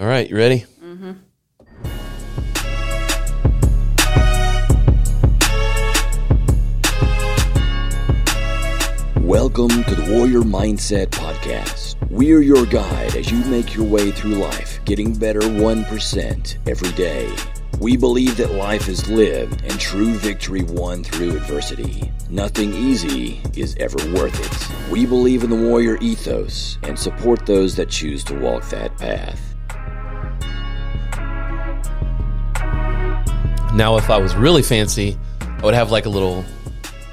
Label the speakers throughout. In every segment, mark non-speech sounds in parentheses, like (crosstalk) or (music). Speaker 1: All right, you ready?
Speaker 2: Welcome to the Warrior Mindset Podcast. We're your guide as you make your way through life, getting better 1% every day. We believe that life is lived and true victory won through adversity. Nothing easy is ever worth it. We believe in the warrior ethos and support those that choose to walk that path.
Speaker 1: Now, if I was really fancy, I would have like a little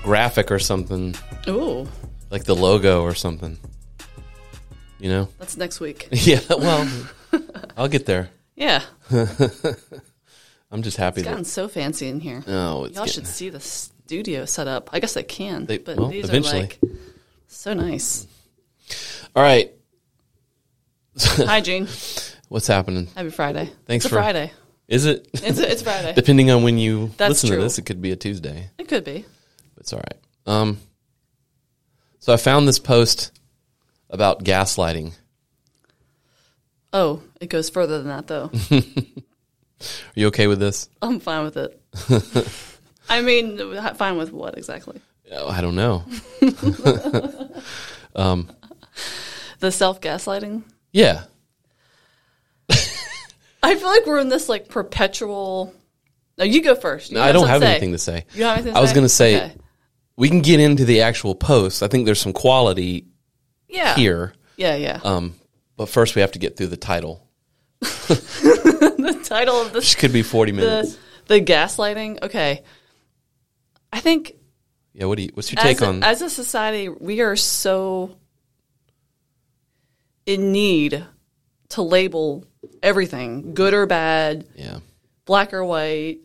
Speaker 1: graphic or something,
Speaker 3: Ooh,
Speaker 1: like the logo or something. You know? (laughs)
Speaker 3: that's next week.
Speaker 1: Yeah. Well, I'll get there.
Speaker 3: Yeah,
Speaker 1: I'm just happy
Speaker 3: it's
Speaker 1: that.
Speaker 3: gotten so fancy in here.
Speaker 1: No, it's
Speaker 3: Y'all
Speaker 1: getting-
Speaker 3: should see the studio set up. I guess they can,
Speaker 1: They-
Speaker 3: but
Speaker 1: well,
Speaker 3: these
Speaker 1: eventually.
Speaker 3: are like
Speaker 1: (laughs)
Speaker 3: so nice.
Speaker 1: All right.
Speaker 3: Hi, Gene.
Speaker 1: What's happening?
Speaker 3: Happy Friday.
Speaker 1: Thanks
Speaker 3: it's a
Speaker 1: for-
Speaker 3: Friday.
Speaker 1: Is it?
Speaker 3: (laughs) It's a, it's Friday.
Speaker 1: (laughs) Depending on when you
Speaker 3: That's
Speaker 1: listen to
Speaker 3: true.
Speaker 1: this, it could be a Tuesday.
Speaker 3: It could be.
Speaker 1: It's all right. Um, so I found this post about gaslighting.
Speaker 3: Oh, it goes further than
Speaker 1: (laughs)
Speaker 3: that though.
Speaker 1: Are you okay with this?
Speaker 3: I'm fine with it.
Speaker 1: (laughs)
Speaker 3: I mean, fine with what exactly?
Speaker 1: Oh, I don't
Speaker 3: (laughs)
Speaker 1: know.
Speaker 3: The self gaslighting.
Speaker 1: Yeah.
Speaker 3: I feel like we're in this like perpetual. No, you go first. You
Speaker 1: I don't
Speaker 3: something
Speaker 1: have
Speaker 3: to say.
Speaker 1: anything to say.
Speaker 3: You don't have anything. To
Speaker 1: I was
Speaker 3: say?
Speaker 1: going to say
Speaker 3: Okay.
Speaker 1: we can get into the actual post. I think there's some quality
Speaker 3: yeah.
Speaker 1: here,
Speaker 3: Yeah, yeah.
Speaker 1: um, but first we have to get through the title.
Speaker 3: (laughs) the title of this
Speaker 1: This could be 40 minutes.
Speaker 3: the the gaslighting. Okay, I think
Speaker 1: yeah. What do you? What's your
Speaker 3: as
Speaker 1: take
Speaker 3: a,
Speaker 1: on?
Speaker 3: as a society we are so in need to label everything, good or bad,
Speaker 1: yeah.
Speaker 3: black or white.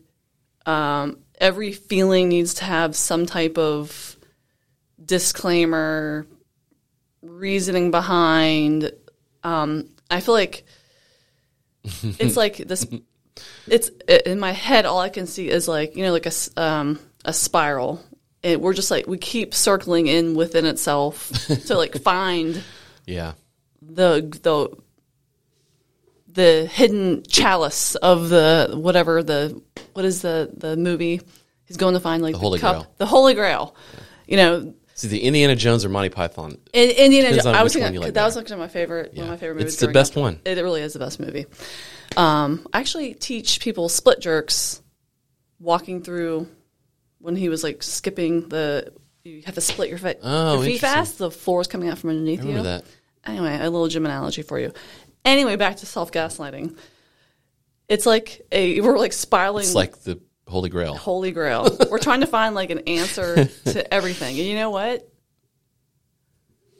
Speaker 3: Um, every feeling needs to have some type of disclaimer, reasoning behind. Um, I feel like it's like this. It's i- in my head. All I can see is like you know, like a s- um, a spiral. And we're just like we keep circling in within itself to like find
Speaker 1: Yeah.
Speaker 3: the the the hidden chalice of the whatever the what is the the movie he's going to find like the,
Speaker 1: Holy
Speaker 3: cup
Speaker 1: Grail.
Speaker 3: the holy grail you know
Speaker 1: See, the Indiana Jones or Monty Python.
Speaker 3: in, Indiana
Speaker 1: Depends
Speaker 3: Jones
Speaker 1: on
Speaker 3: I was
Speaker 1: which one
Speaker 3: thinking
Speaker 1: you like
Speaker 3: that was
Speaker 1: better.
Speaker 3: like my favorite one of my favorite
Speaker 1: It's
Speaker 3: movies
Speaker 1: the
Speaker 3: growing
Speaker 1: best
Speaker 3: up.
Speaker 1: one.
Speaker 3: it really is the best movie um I actually teach people split jerks walking through when he was like skipping the you have to split your, foot
Speaker 1: Oh,
Speaker 3: your feet
Speaker 1: interesting.
Speaker 3: fast the floor is coming out from underneath you
Speaker 1: Remember that?
Speaker 3: anyway, a little gym analogy for you. Anyway, back to self gaslighting. It's like a we're like spiraling
Speaker 1: It's like the Holy Grail.
Speaker 3: holy grail. we're trying to find like an
Speaker 1: (laughs)
Speaker 3: answer to everything. And you know what?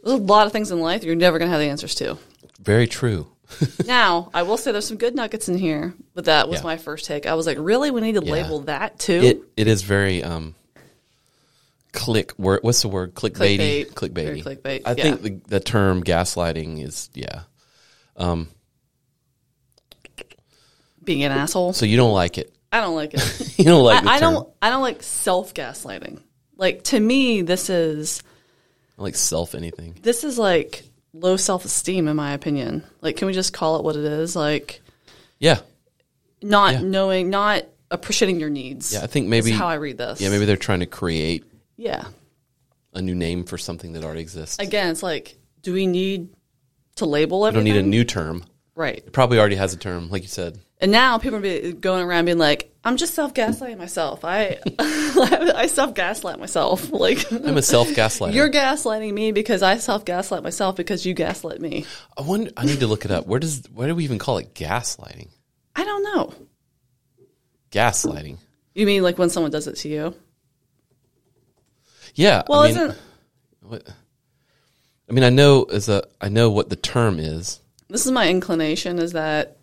Speaker 3: There's a lot of things in life you're never gonna have the answers to.
Speaker 1: Very true.
Speaker 3: Now, I will say there's some good nuggets in here, but that was
Speaker 1: Yeah.
Speaker 3: my first take. I was like, really? We need to label that too?
Speaker 1: It it is very um click word what's the word clickbaity
Speaker 3: Clickbait.
Speaker 1: clickbaity.
Speaker 3: Very clickbait,
Speaker 1: I
Speaker 3: yeah.
Speaker 1: think the, the term gaslighting is yeah.
Speaker 3: Being an asshole.
Speaker 1: So you don't like it. (laughs)
Speaker 3: I don't like it.
Speaker 1: You don't like the
Speaker 3: I, I
Speaker 1: term.
Speaker 3: don't I don't like self gaslighting. Like to me, this is
Speaker 1: I like self anything.
Speaker 3: this is like low self esteem in my opinion. Like can we just call it what it is? Like
Speaker 1: Yeah.
Speaker 3: not knowing not appreciating your needs.
Speaker 1: Yeah, I think maybe
Speaker 3: how I read this.
Speaker 1: Yeah, maybe they're trying to create
Speaker 3: Yeah.
Speaker 1: a new name for something that already exists. I
Speaker 3: Again, it's like do we need to label
Speaker 1: don't
Speaker 3: everything?
Speaker 1: need a new term.
Speaker 3: right.
Speaker 1: It probably already has a term, like you said.
Speaker 3: And now people are be going around being like, I'm just self gaslighting myself. I (laughs) I self gaslight myself. (laughs) Like
Speaker 1: I'm a self gaslighter.
Speaker 3: you're gaslighting me because I self gaslight myself because you gaslight me.
Speaker 1: I wonder I need to look it up. Where does why do we even call it gaslighting?
Speaker 3: I don't know.
Speaker 1: Gaslighting.
Speaker 3: You mean like when someone does it to you?
Speaker 1: Yeah.
Speaker 3: Well,
Speaker 1: I mean,
Speaker 3: isn't
Speaker 1: What? I mean, I know as a I know what the term is.
Speaker 3: this is my inclination is that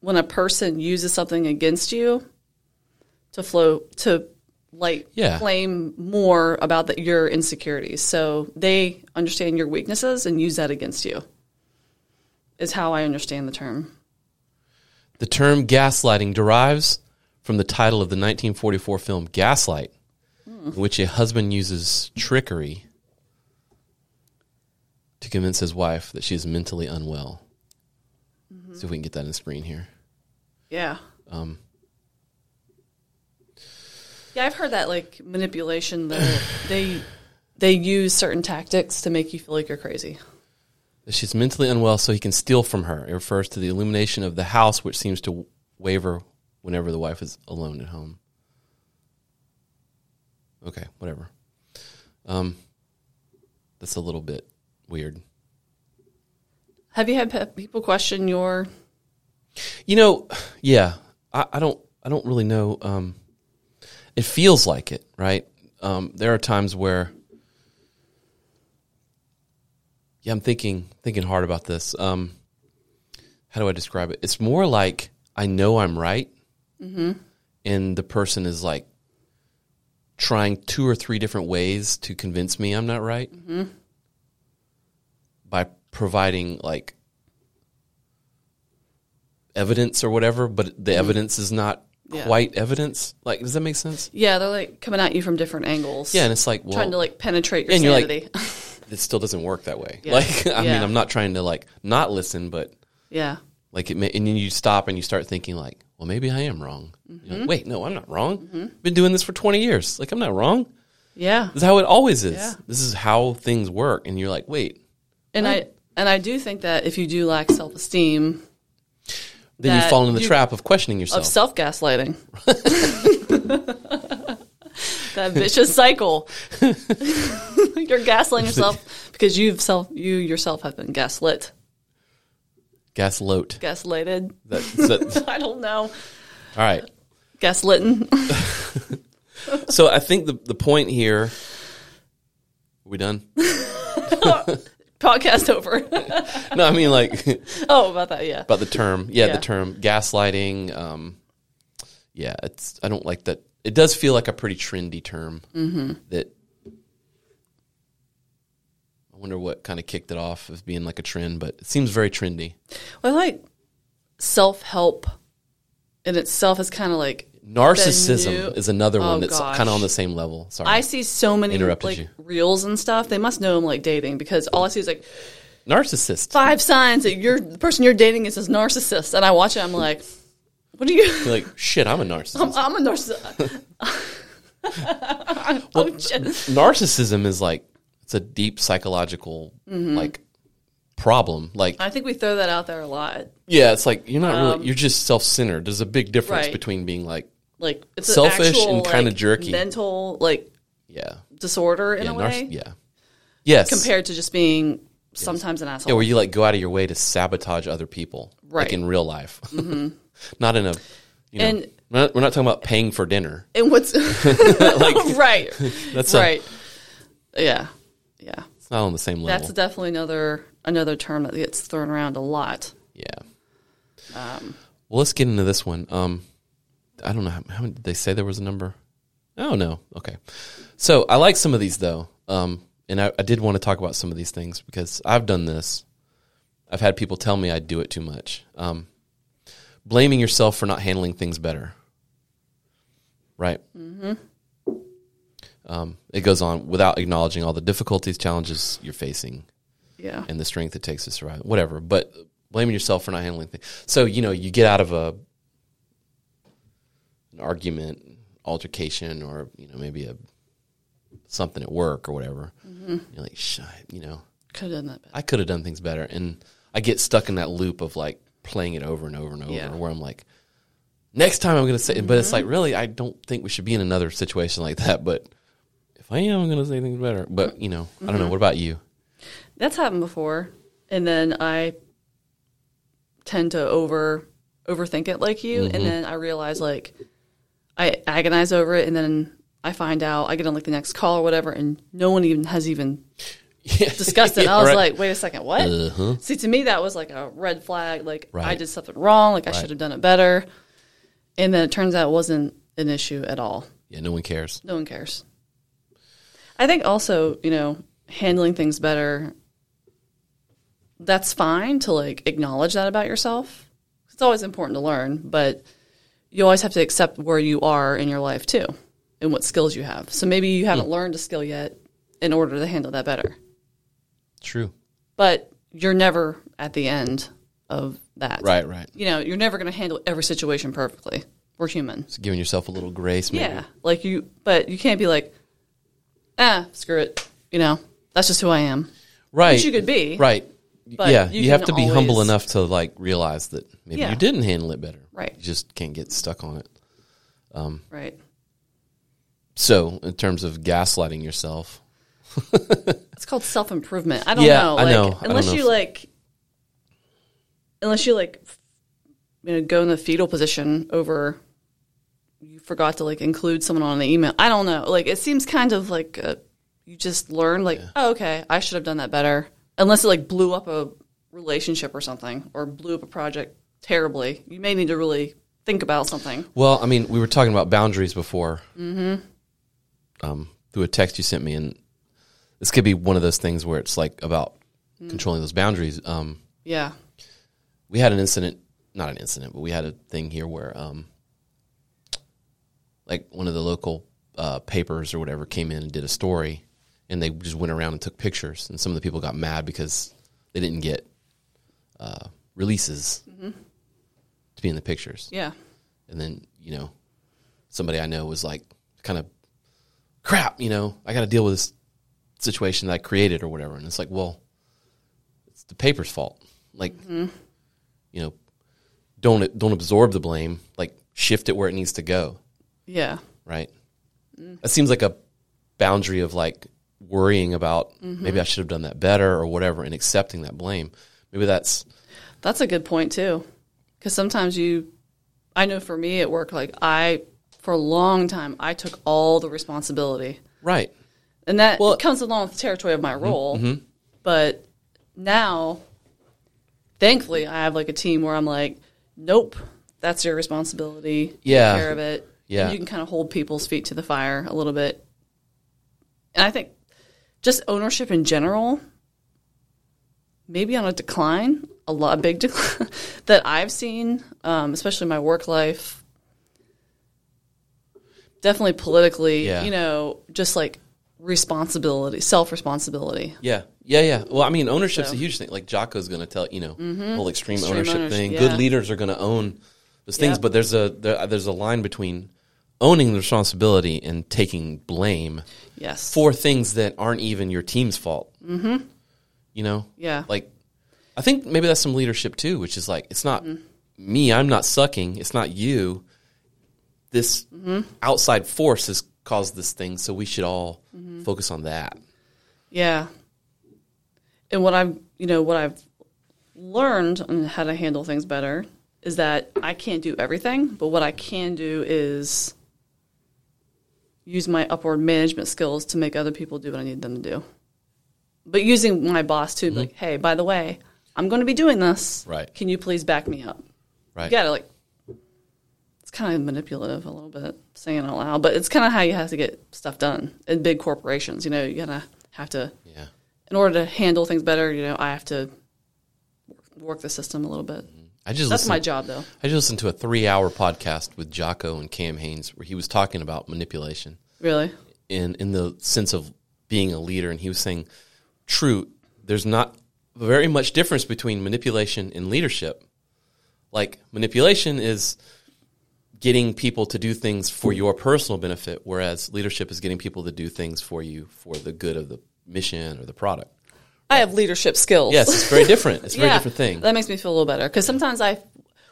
Speaker 3: when a person uses something against you to flow to like
Speaker 1: Yeah.
Speaker 3: claim more about that your insecurities so they understand your weaknesses and use that against you is how i understand the term
Speaker 1: The term gaslighting derives from the title of the 1944 film Gaslight, in which a husband uses trickery to convince his wife that she is mentally unwell. See if we can get that in screen here.
Speaker 3: Yeah.
Speaker 1: Um,
Speaker 3: Yeah, I've heard that like manipulation that they they use certain tactics to make you feel like you're crazy.
Speaker 1: that she's mentally unwell, so he can steal from her. It refers to the illumination of the house, which seems to waver whenever the wife is alone at home. Okay, whatever. Um, that's a little bit weird.
Speaker 3: Have you had pe- people question your
Speaker 1: You know, yeah, I, I don't, I don't really know. Um, it feels like it, right? Um, there are times where, yeah, I'm thinking, thinking hard about this. Um, how do I describe it? It's more like I know I'm right,
Speaker 3: Mm-hmm.
Speaker 1: and the person is like trying two or three different ways to convince me I'm not right
Speaker 3: Mm-hmm.
Speaker 1: by providing like evidence or whatever, but the evidence is not
Speaker 3: Mm-hmm. Yeah.
Speaker 1: quite evidence. Like, does that make sense?
Speaker 3: Yeah, they're like coming at you from different angles.
Speaker 1: Yeah, and it's like, well,
Speaker 3: trying to like penetrate your
Speaker 1: and you're like-
Speaker 3: sanity. (laughs)
Speaker 1: it still doesn't work that way.
Speaker 3: Yeah.
Speaker 1: Like, (laughs) I mean,
Speaker 3: Yeah.
Speaker 1: I'm not trying to like not listen, but
Speaker 3: yeah.
Speaker 1: like it may, and then you stop and you start thinking like, well, maybe I am wrong. You're
Speaker 3: Mm-hmm.
Speaker 1: like, Wait, no, I'm not wrong. I've been doing this for 20 years. Like, I'm not wrong.
Speaker 3: Yeah.
Speaker 1: This is how it always is.
Speaker 3: Yeah.
Speaker 1: This is how things work. And you're like, wait,
Speaker 3: And I and I do think that if you do lack self-esteem
Speaker 1: then you
Speaker 3: That
Speaker 1: fall into the
Speaker 3: you-
Speaker 1: trap of questioning
Speaker 3: of
Speaker 1: yourself. (laughs)
Speaker 3: self-gaslighting. (laughs) that vicious cycle. (laughs) you're gaslighting yourself because you've self you yourself have been gaslit,
Speaker 1: Gasloat. (laughs)
Speaker 3: gaslighted.
Speaker 1: That, that,
Speaker 3: I don't know.
Speaker 1: all right.
Speaker 3: Gaslitten.
Speaker 1: So I think the, the point here, are we done?
Speaker 3: (laughs) Podcast over. (laughs)
Speaker 1: No, I mean like
Speaker 3: oh, about that, yeah.
Speaker 1: about the term. Yeah,
Speaker 3: Yeah.
Speaker 1: the term gaslighting. Um, yeah, it's. I don't like that. It does feel like a pretty trendy term.
Speaker 3: Mm-hmm.
Speaker 1: That I wonder what kind of kicked it off as being like a trend, but it seems very trendy.
Speaker 3: Well, I like self-help in itself is kind of like
Speaker 1: Narcissism
Speaker 3: new-
Speaker 1: is another one
Speaker 3: Oh,
Speaker 1: that's
Speaker 3: gosh.
Speaker 1: kind of on the same level. Sorry,
Speaker 3: I see so many
Speaker 1: Interrupted
Speaker 3: like
Speaker 1: you.
Speaker 3: reels and stuff. They must know I'm like dating because all I see is like
Speaker 1: narcissist.
Speaker 3: five signs that you're the person you're dating is a narcissist, and I watch it. I'm like, what are you? (laughs)
Speaker 1: You're like shit, I'm a narcissist.
Speaker 3: I'm, I'm a narcissist. (laughs) oh, shit.
Speaker 1: narcissism is like it's a deep psychological
Speaker 3: Mm-hmm.
Speaker 1: like problem. Like
Speaker 3: I think we throw that out there a lot.
Speaker 1: yeah, it's like you're not really you're just self centered. There's a big difference
Speaker 3: Um, right.
Speaker 1: between being like
Speaker 3: Like it's an
Speaker 1: Selfish
Speaker 3: actual,
Speaker 1: and kinda
Speaker 3: like,
Speaker 1: jerky.
Speaker 3: mental like
Speaker 1: yeah,
Speaker 3: disorder in
Speaker 1: yeah,
Speaker 3: a
Speaker 1: narc-
Speaker 3: way
Speaker 1: yeah, yes.
Speaker 3: compared to just being sometimes an asshole.
Speaker 1: yeah, where you like go out of your way to sabotage other people, like
Speaker 3: Right. Mm-hmm.
Speaker 1: in real life, (laughs) not in a. You know,
Speaker 3: And-
Speaker 1: we're not, we're not talking about paying for dinner. (laughs)
Speaker 3: and what's (laughs) right?
Speaker 1: That's a-
Speaker 3: right. yeah, yeah.
Speaker 1: it's not on the same level.
Speaker 3: That's definitely another another term that gets thrown around a lot.
Speaker 1: yeah. well, let's get into this one. Um, I don't know how, how many- did they say there was a number. Oh no. Okay. So I like some of these though, um, and I, I did want to talk about some of these things because I've done this. I've had people tell me I do it too much. Um, blaming yourself for not handling things better. Right. Mm-hmm. Um, it goes on without acknowledging all the difficulties, challenges you're facing
Speaker 3: Yeah,
Speaker 1: and the strength it takes to survive, whatever. But blaming yourself for not handling things. So you know, you get out of a an argument, altercation, or you know, maybe a something at work or whatever.
Speaker 3: Mm-hmm.
Speaker 1: You're like, shit, you know,
Speaker 3: could have done that. Better.
Speaker 1: I could have done things better, and I get stuck in that loop of like playing it over and over and over,
Speaker 3: Yeah. Mm-hmm.
Speaker 1: where I'm like. Next time I'm gonna say, but it's like really, I don't think we should be in another situation like that. But if I am, I'm gonna say things better. But you know, I
Speaker 3: Mm-hmm.
Speaker 1: don't know. What about you? (laughs)
Speaker 3: That's happened before, and then I tend to over overthink it like you,
Speaker 1: Mm-hmm.
Speaker 3: and then I realize like I agonize over it, and then I find out I get on like the next call or whatever, and no one even
Speaker 1: (laughs)
Speaker 3: has even discussed it.
Speaker 1: Yeah,
Speaker 3: I was
Speaker 1: right.
Speaker 3: like, wait a second, what?
Speaker 1: Uh-huh.
Speaker 3: See, to me, that was like a red flag. Like I
Speaker 1: Right.
Speaker 3: did something wrong. Like I should have done it better. And then it turns out it wasn't an issue at all.
Speaker 1: Yeah, no one cares.
Speaker 3: No one cares. I think also, you know, handling things better. That's fine to like acknowledge that about yourself. It's always important to learn, but you always have to accept where you are in your life too, and what skills you have. So maybe you haven't learned a skill yet in order to handle that better.
Speaker 1: True.
Speaker 3: but you're never at the end of that.
Speaker 1: Right, right.
Speaker 3: You know, you're never going to handle every situation perfectly. We're human.
Speaker 1: Just giving yourself a little grace, maybe.
Speaker 3: Yeah. Like you, but you can't be like, ah, screw it. You know, that's just who I am.
Speaker 1: Right.
Speaker 3: Which you could be.
Speaker 1: Right.
Speaker 3: But
Speaker 1: yeah,
Speaker 3: you
Speaker 1: you, have
Speaker 3: can
Speaker 1: to be humble
Speaker 3: always-
Speaker 1: enough to like realize that maybe
Speaker 3: Yeah.
Speaker 1: you didn't handle it better.
Speaker 3: Right.
Speaker 1: You just can't get stuck on it.
Speaker 3: Right.
Speaker 1: So, in terms of gaslighting yourself,
Speaker 3: It's called self improvement. I don't
Speaker 1: Yeah,
Speaker 3: know.
Speaker 1: I
Speaker 3: Like,
Speaker 1: know. I don't
Speaker 3: Unless
Speaker 1: know
Speaker 3: you
Speaker 1: if-
Speaker 3: like, unless you like, f- you know, go in the fetal position over. You forgot to like include someone on the email. I don't know. Like it seems kind of like uh you just learn. Like oh, okay, I should have done that better. Unless it like blew up a relationship or something, or blew up a project terribly. You may need to really think about something.
Speaker 1: Well, I mean, we were talking about boundaries before. Mm-hmm. Um, through a text you sent me, and this could be one of those things where it's like about
Speaker 3: Mm.
Speaker 1: controlling those boundaries. Um,
Speaker 3: Yeah.
Speaker 1: we had an incident, not an incident, but we had a thing here where, um, like, one of the local uh, papers or whatever came in and did a story, and they just went around and took pictures, and some of the people got mad because they didn't get uh, releases to be in the pictures.
Speaker 3: Yeah.
Speaker 1: And then, you know, somebody I know was like, kind of, crap, you know, I got to deal with this situation that I created or whatever. And it's like, well, it's the paper's fault. Like, you know, don't don't absorb the blame. Like, shift it where it needs to go.
Speaker 3: Yeah.
Speaker 1: Right. That seems like a boundary of like worrying about maybe I should have done that better or whatever, and accepting that blame. Maybe that's
Speaker 3: That's a good point too, because sometimes you, I know for me at work, like I, for a long time, I took all the responsibility,
Speaker 1: right.
Speaker 3: and that
Speaker 1: Well- Mm-hmm.
Speaker 3: comes along with the territory of my role. But now, thankfully, I have like a team where I'm like, nope, that's your responsibility. Take
Speaker 1: Yeah.
Speaker 3: care of it.
Speaker 1: Yeah.
Speaker 3: And you can kind of hold people's feet to the fire a little bit, and I think just ownership in general maybe on a decline, a lot a big decline (laughs) that I've seen, um, especially in my work life. Definitely politically,
Speaker 1: Yeah.
Speaker 3: you know, just like responsibility, self responsibility.
Speaker 1: Yeah, yeah, yeah. Well, I mean, ownership's
Speaker 3: So- Mm-hmm.
Speaker 1: a huge thing. Like Jocko's going to tell you know, whole extreme,
Speaker 3: Extreme
Speaker 1: ownership,
Speaker 3: ownership,
Speaker 1: thing.
Speaker 3: yeah.
Speaker 1: Good leaders are going to own those things,
Speaker 3: Yep.
Speaker 1: but there's a there, there's a line between owning the responsibility and taking blame
Speaker 3: Yes.
Speaker 1: for things that aren't even your team's fault. Mm-hmm. You know,
Speaker 3: Yeah.
Speaker 1: Like, I think maybe that's some leadership too, which is like it's not
Speaker 3: Mm-hmm.
Speaker 1: me. I'm not sucking. It's not you. This
Speaker 3: Mm-hmm.
Speaker 1: outside force has caused this thing, so we should all
Speaker 3: Mm-hmm.
Speaker 1: focus on that.
Speaker 3: Yeah. And what I've, you know, what I've learned on how to handle things better is that I can't do everything, but what I can do is use my upward management skills to make other people do what I need them to do. But using my boss too, like, hey, by the way, I'm going to be doing this.
Speaker 1: Right.
Speaker 3: Can you please back me up?
Speaker 1: Right?
Speaker 3: You got to like, it's kind of manipulative a little bit, saying it out loud, but it's kind of how you have to get stuff done in big corporations. You know, you gotta have to
Speaker 1: Yeah.
Speaker 3: in order to handle things better, you know, I have to work the system a little bit.
Speaker 1: I just
Speaker 3: That's
Speaker 1: listened-
Speaker 3: my job, though.
Speaker 1: I just listened to a three-hour podcast with Jocko and Cam Haynes where he was talking about manipulation
Speaker 3: Really?
Speaker 1: in in the sense of being a leader, and he was saying, "True, there's not very much difference between manipulation and leadership. Like manipulation is getting people to do things for your personal benefit, whereas leadership is getting people to do things for you for the good of the mission or the product.
Speaker 3: I have leadership skills.
Speaker 1: Yes, it's very different. It's a very
Speaker 3: (laughs) Yeah.
Speaker 1: different thing.
Speaker 3: That makes me feel a little better because sometimes I,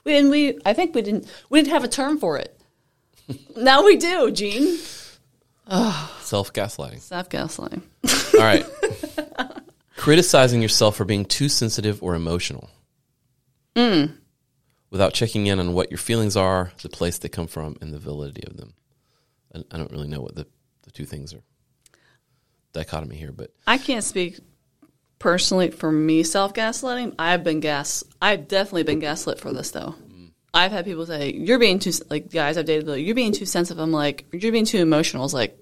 Speaker 3: we, and we, I think we didn't, we didn't have a term
Speaker 1: (laughs)
Speaker 3: for it. now we do, Gene.
Speaker 1: Self gaslighting."
Speaker 3: Stop gaslighting.
Speaker 1: All right. (laughs) Criticizing yourself for being too sensitive or emotional.
Speaker 3: Mm.
Speaker 1: Without checking in on what your feelings are, the place they come from, and the validity of them. And I don't really know what the, the two things are. Dichotomy here, but
Speaker 3: I can't speak personally for me self gaslighting. I've been gas. I've definitely been gaslit for this though. I've had people say you're being too like guys I've dated. Like, you're being too sensitive. I'm like you're being too emotional. It's like,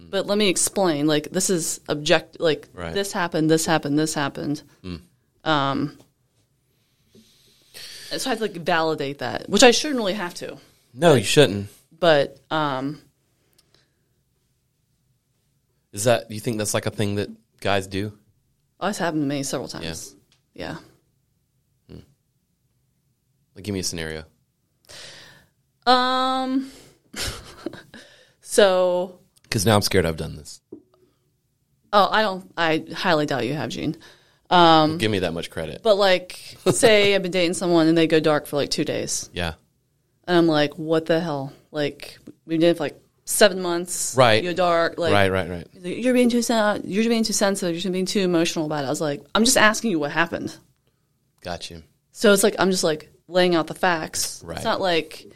Speaker 3: but let me explain. Like this is object. Like
Speaker 1: Right.
Speaker 3: this happened. This happened. This happened. Um. So I have to like validate that, which I shouldn't really have to
Speaker 1: no, you shouldn't.
Speaker 3: but um,
Speaker 1: Is that, do you think that's like a thing that guys do?
Speaker 3: oh, it's happened to me several times. Yeah.
Speaker 1: Like, give me a scenario.
Speaker 3: Um, (laughs) so
Speaker 1: Because now I'm scared I've done this.
Speaker 3: oh, I don't. I highly doubt you have Gene.
Speaker 1: give me that much credit.
Speaker 3: Um, But like,
Speaker 1: (laughs)
Speaker 3: say I've been dating someone and they go dark for like two days,
Speaker 1: yeah.
Speaker 3: and I'm like, what the hell? Like we've been for like seven months.
Speaker 1: Right.
Speaker 3: You go dark. Like
Speaker 1: right, right, right.
Speaker 3: He's like, You're being too sen- you're being too sensitive. You're being too emotional about it. I was like, I'm just asking you what happened.
Speaker 1: Got you.
Speaker 3: So it's like I'm just like laying out the facts.
Speaker 1: Right.
Speaker 3: It's not like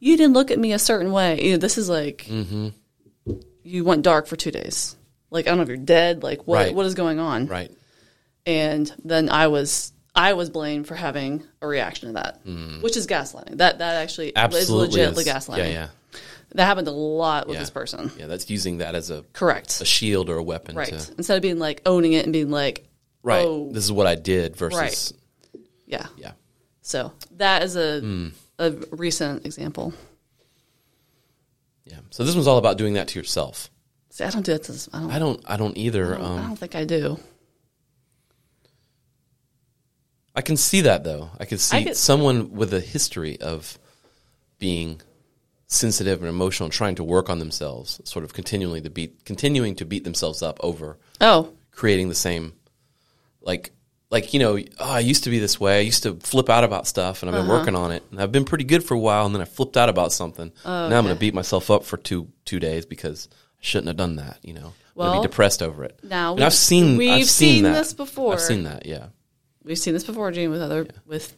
Speaker 3: you didn't look at me a certain way. You know, this is like
Speaker 1: Mm-hmm.
Speaker 3: you went dark for two days. Like I don't know if you're dead. Like what
Speaker 1: Right.
Speaker 3: what is going on?
Speaker 1: Right.
Speaker 3: And then I was I was blamed for having a reaction to that, which is gaslighting. That that actually
Speaker 1: Mm. Absolutely.
Speaker 3: is legitimately
Speaker 1: is.
Speaker 3: gaslighting.
Speaker 1: Yeah, yeah.
Speaker 3: That happened a lot with
Speaker 1: Yeah.
Speaker 3: this person.
Speaker 1: Yeah, that's using that as a,
Speaker 3: Correct.
Speaker 1: a shield or a weapon
Speaker 3: right.
Speaker 1: to
Speaker 3: Instead of being like owning it and being like,
Speaker 1: Right.
Speaker 3: Oh.
Speaker 1: This is what I did versus
Speaker 3: yeah,
Speaker 1: yeah. Mm.
Speaker 3: So that is a a recent example.
Speaker 1: Yeah. So this one's all about doing that to yourself.
Speaker 3: See, I don't do that. To, I, don't,
Speaker 1: I don't I don't either.
Speaker 3: I
Speaker 1: Um
Speaker 3: don't think Oh, I do.
Speaker 1: I can see that though. I can see
Speaker 3: could-
Speaker 1: someone with a history of being sensitive and emotional, and trying to work on themselves, sort of continually to beat, continuing to beat themselves up over
Speaker 3: Oh,
Speaker 1: creating the same, like, like you know, oh, I used to be this way. I used to flip out about stuff, and I've
Speaker 3: Uh-huh.
Speaker 1: been working on it, and I've been pretty good for a while, and then I flipped out about something.
Speaker 3: Oh,
Speaker 1: Now I'm going to beat myself up for two two days because I shouldn't have done that. You know, I'm
Speaker 3: Well,
Speaker 1: gonna be depressed over it.
Speaker 3: now
Speaker 1: and
Speaker 3: we've-
Speaker 1: I've seen
Speaker 3: we've
Speaker 1: I've seen,
Speaker 3: seen
Speaker 1: that.
Speaker 3: this before.
Speaker 1: I've seen that. Yeah,
Speaker 3: we've seen this before, Gene, with other with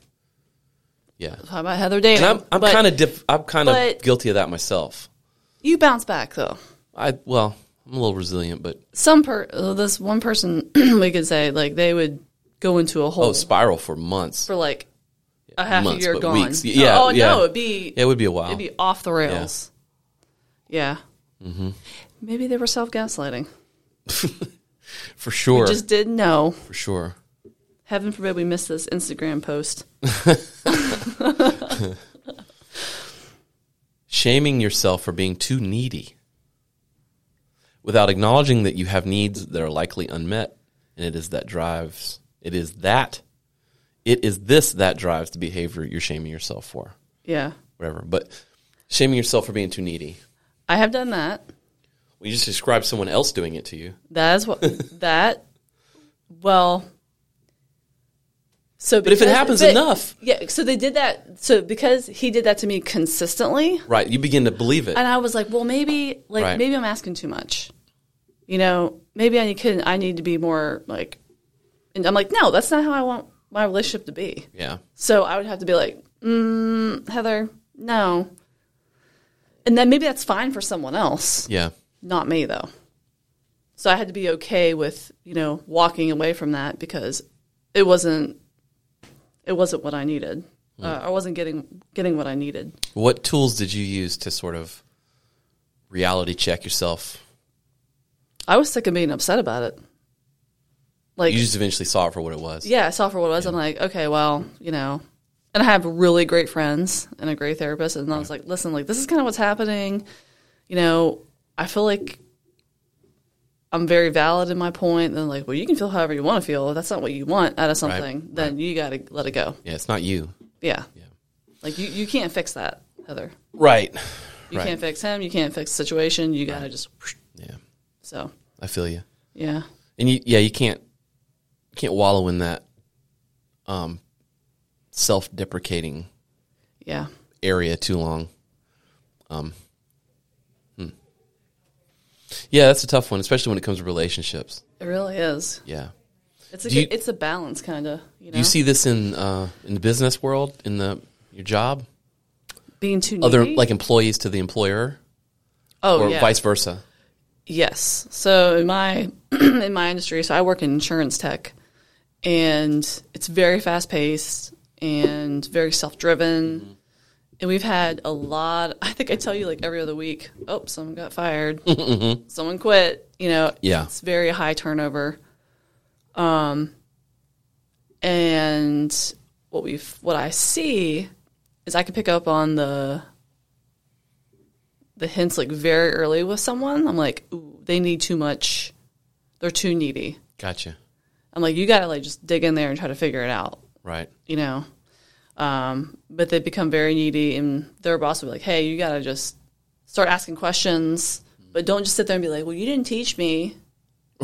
Speaker 1: yeah.
Speaker 3: talk about Heather dating.
Speaker 1: And I'm, I'm
Speaker 3: But
Speaker 1: kind of dif- I'm kind of
Speaker 3: but-
Speaker 1: guilty of that myself.
Speaker 3: you bounce back though.
Speaker 1: I well, I'm a little resilient, but
Speaker 3: Some per uh, this one person (clears throat) we could say like they would go into a hole
Speaker 1: oh, spiral for months.
Speaker 3: for like a half
Speaker 1: months,
Speaker 3: a year
Speaker 1: but
Speaker 3: gone.
Speaker 1: weeks. Yeah,
Speaker 3: oh
Speaker 1: yeah.
Speaker 3: no, it'd be
Speaker 1: Yeah, it would be a while.
Speaker 3: it'd be off the rails. Yeah.
Speaker 1: Mm-hmm.
Speaker 3: Maybe they were self gaslighting.
Speaker 1: for sure,
Speaker 3: Just didn't know.
Speaker 1: for sure.
Speaker 3: Heaven forbid we miss this Instagram post.
Speaker 1: Shaming yourself for being too needy without acknowledging that you have needs that are likely unmet, and it is that drives. It is that. It is this that drives the behavior you're shaming yourself for.
Speaker 3: Yeah.
Speaker 1: Whatever, but shaming yourself for being too needy.
Speaker 3: I have done that.
Speaker 1: Well, you just described someone else doing it to you. (laughs)
Speaker 3: That is what that. Well, so
Speaker 1: But if it
Speaker 3: because-
Speaker 1: happens
Speaker 3: but-
Speaker 1: enough-
Speaker 3: yeah. So they did that. So because he did that to me consistently,
Speaker 1: Right, you begin to believe it.
Speaker 3: and I was like, well, maybe like
Speaker 1: Right.
Speaker 3: maybe I'm asking too much. You know, maybe I need could I need to be more like, and I'm like, no, that's not how I want my relationship to be.
Speaker 1: Yeah.
Speaker 3: So I would have to be like, mm, Heather, no. And then maybe that's fine for someone else
Speaker 1: Yeah.
Speaker 3: not me though. So I had to be okay with, you know, walking away from that because it wasn't it wasn't what I needed. Uh, I wasn't getting getting what I needed.
Speaker 1: What tools did you use to sort of reality check yourself?
Speaker 3: I was sick of being upset about it. Like
Speaker 1: You just eventually saw it for what it was.
Speaker 3: yeah, I saw for what it was. I'm like, okay, well, you know, and I have really great friends and a great therapist, and I was like, listen, like this is kind of what's happening. You know, I feel like I'm very valid in my point. And like, well, you can feel however you want to feel. If that's not what you want out of something, then you got to let it go.
Speaker 1: Yeah, it's not you.
Speaker 3: Yeah. Like you, you can't fix that, Heather.
Speaker 1: Right.
Speaker 3: You
Speaker 1: Right.
Speaker 3: can't fix him. You can't fix the situation. You got to just
Speaker 1: Yeah.
Speaker 3: so
Speaker 1: I feel you.
Speaker 3: yeah.
Speaker 1: And you yeah, you can't you can't wallow in that um self-deprecating
Speaker 3: Yeah.
Speaker 1: area too long. Um hmm. Yeah, that's a tough one, especially when it comes to relationships.
Speaker 3: It really is.
Speaker 1: Yeah.
Speaker 3: It's a
Speaker 1: Do you-
Speaker 3: good- it's a balance kind of, you know.
Speaker 1: Do you see this in uh in the business world, in the your job?
Speaker 3: being too needy.
Speaker 1: Other like employees to the employer?
Speaker 3: oh,
Speaker 1: or
Speaker 3: yeah.
Speaker 1: vice versa.
Speaker 3: Yes. So in my (clears throat) in my industry, so I work in insurance tech, and it's very fast paced and very self driven. And we've had a lot. I think I tell you like every other week. Oh, someone got fired. Someone quit. You know.
Speaker 1: Yeah.
Speaker 3: It's very high turnover. Um, and what we've what I see is I can pick up on the the hints like very early with someone. I'm like, ooh, they need too much. They're too needy.
Speaker 1: Gotcha.
Speaker 3: I'm like, you gotta like just dig in there and try to figure it out,
Speaker 1: Right.
Speaker 3: you know. Um, but they become very needy, and their boss will be like, "Hey, you gotta just start asking questions, but don't just sit there and be like, well, you didn't teach me,'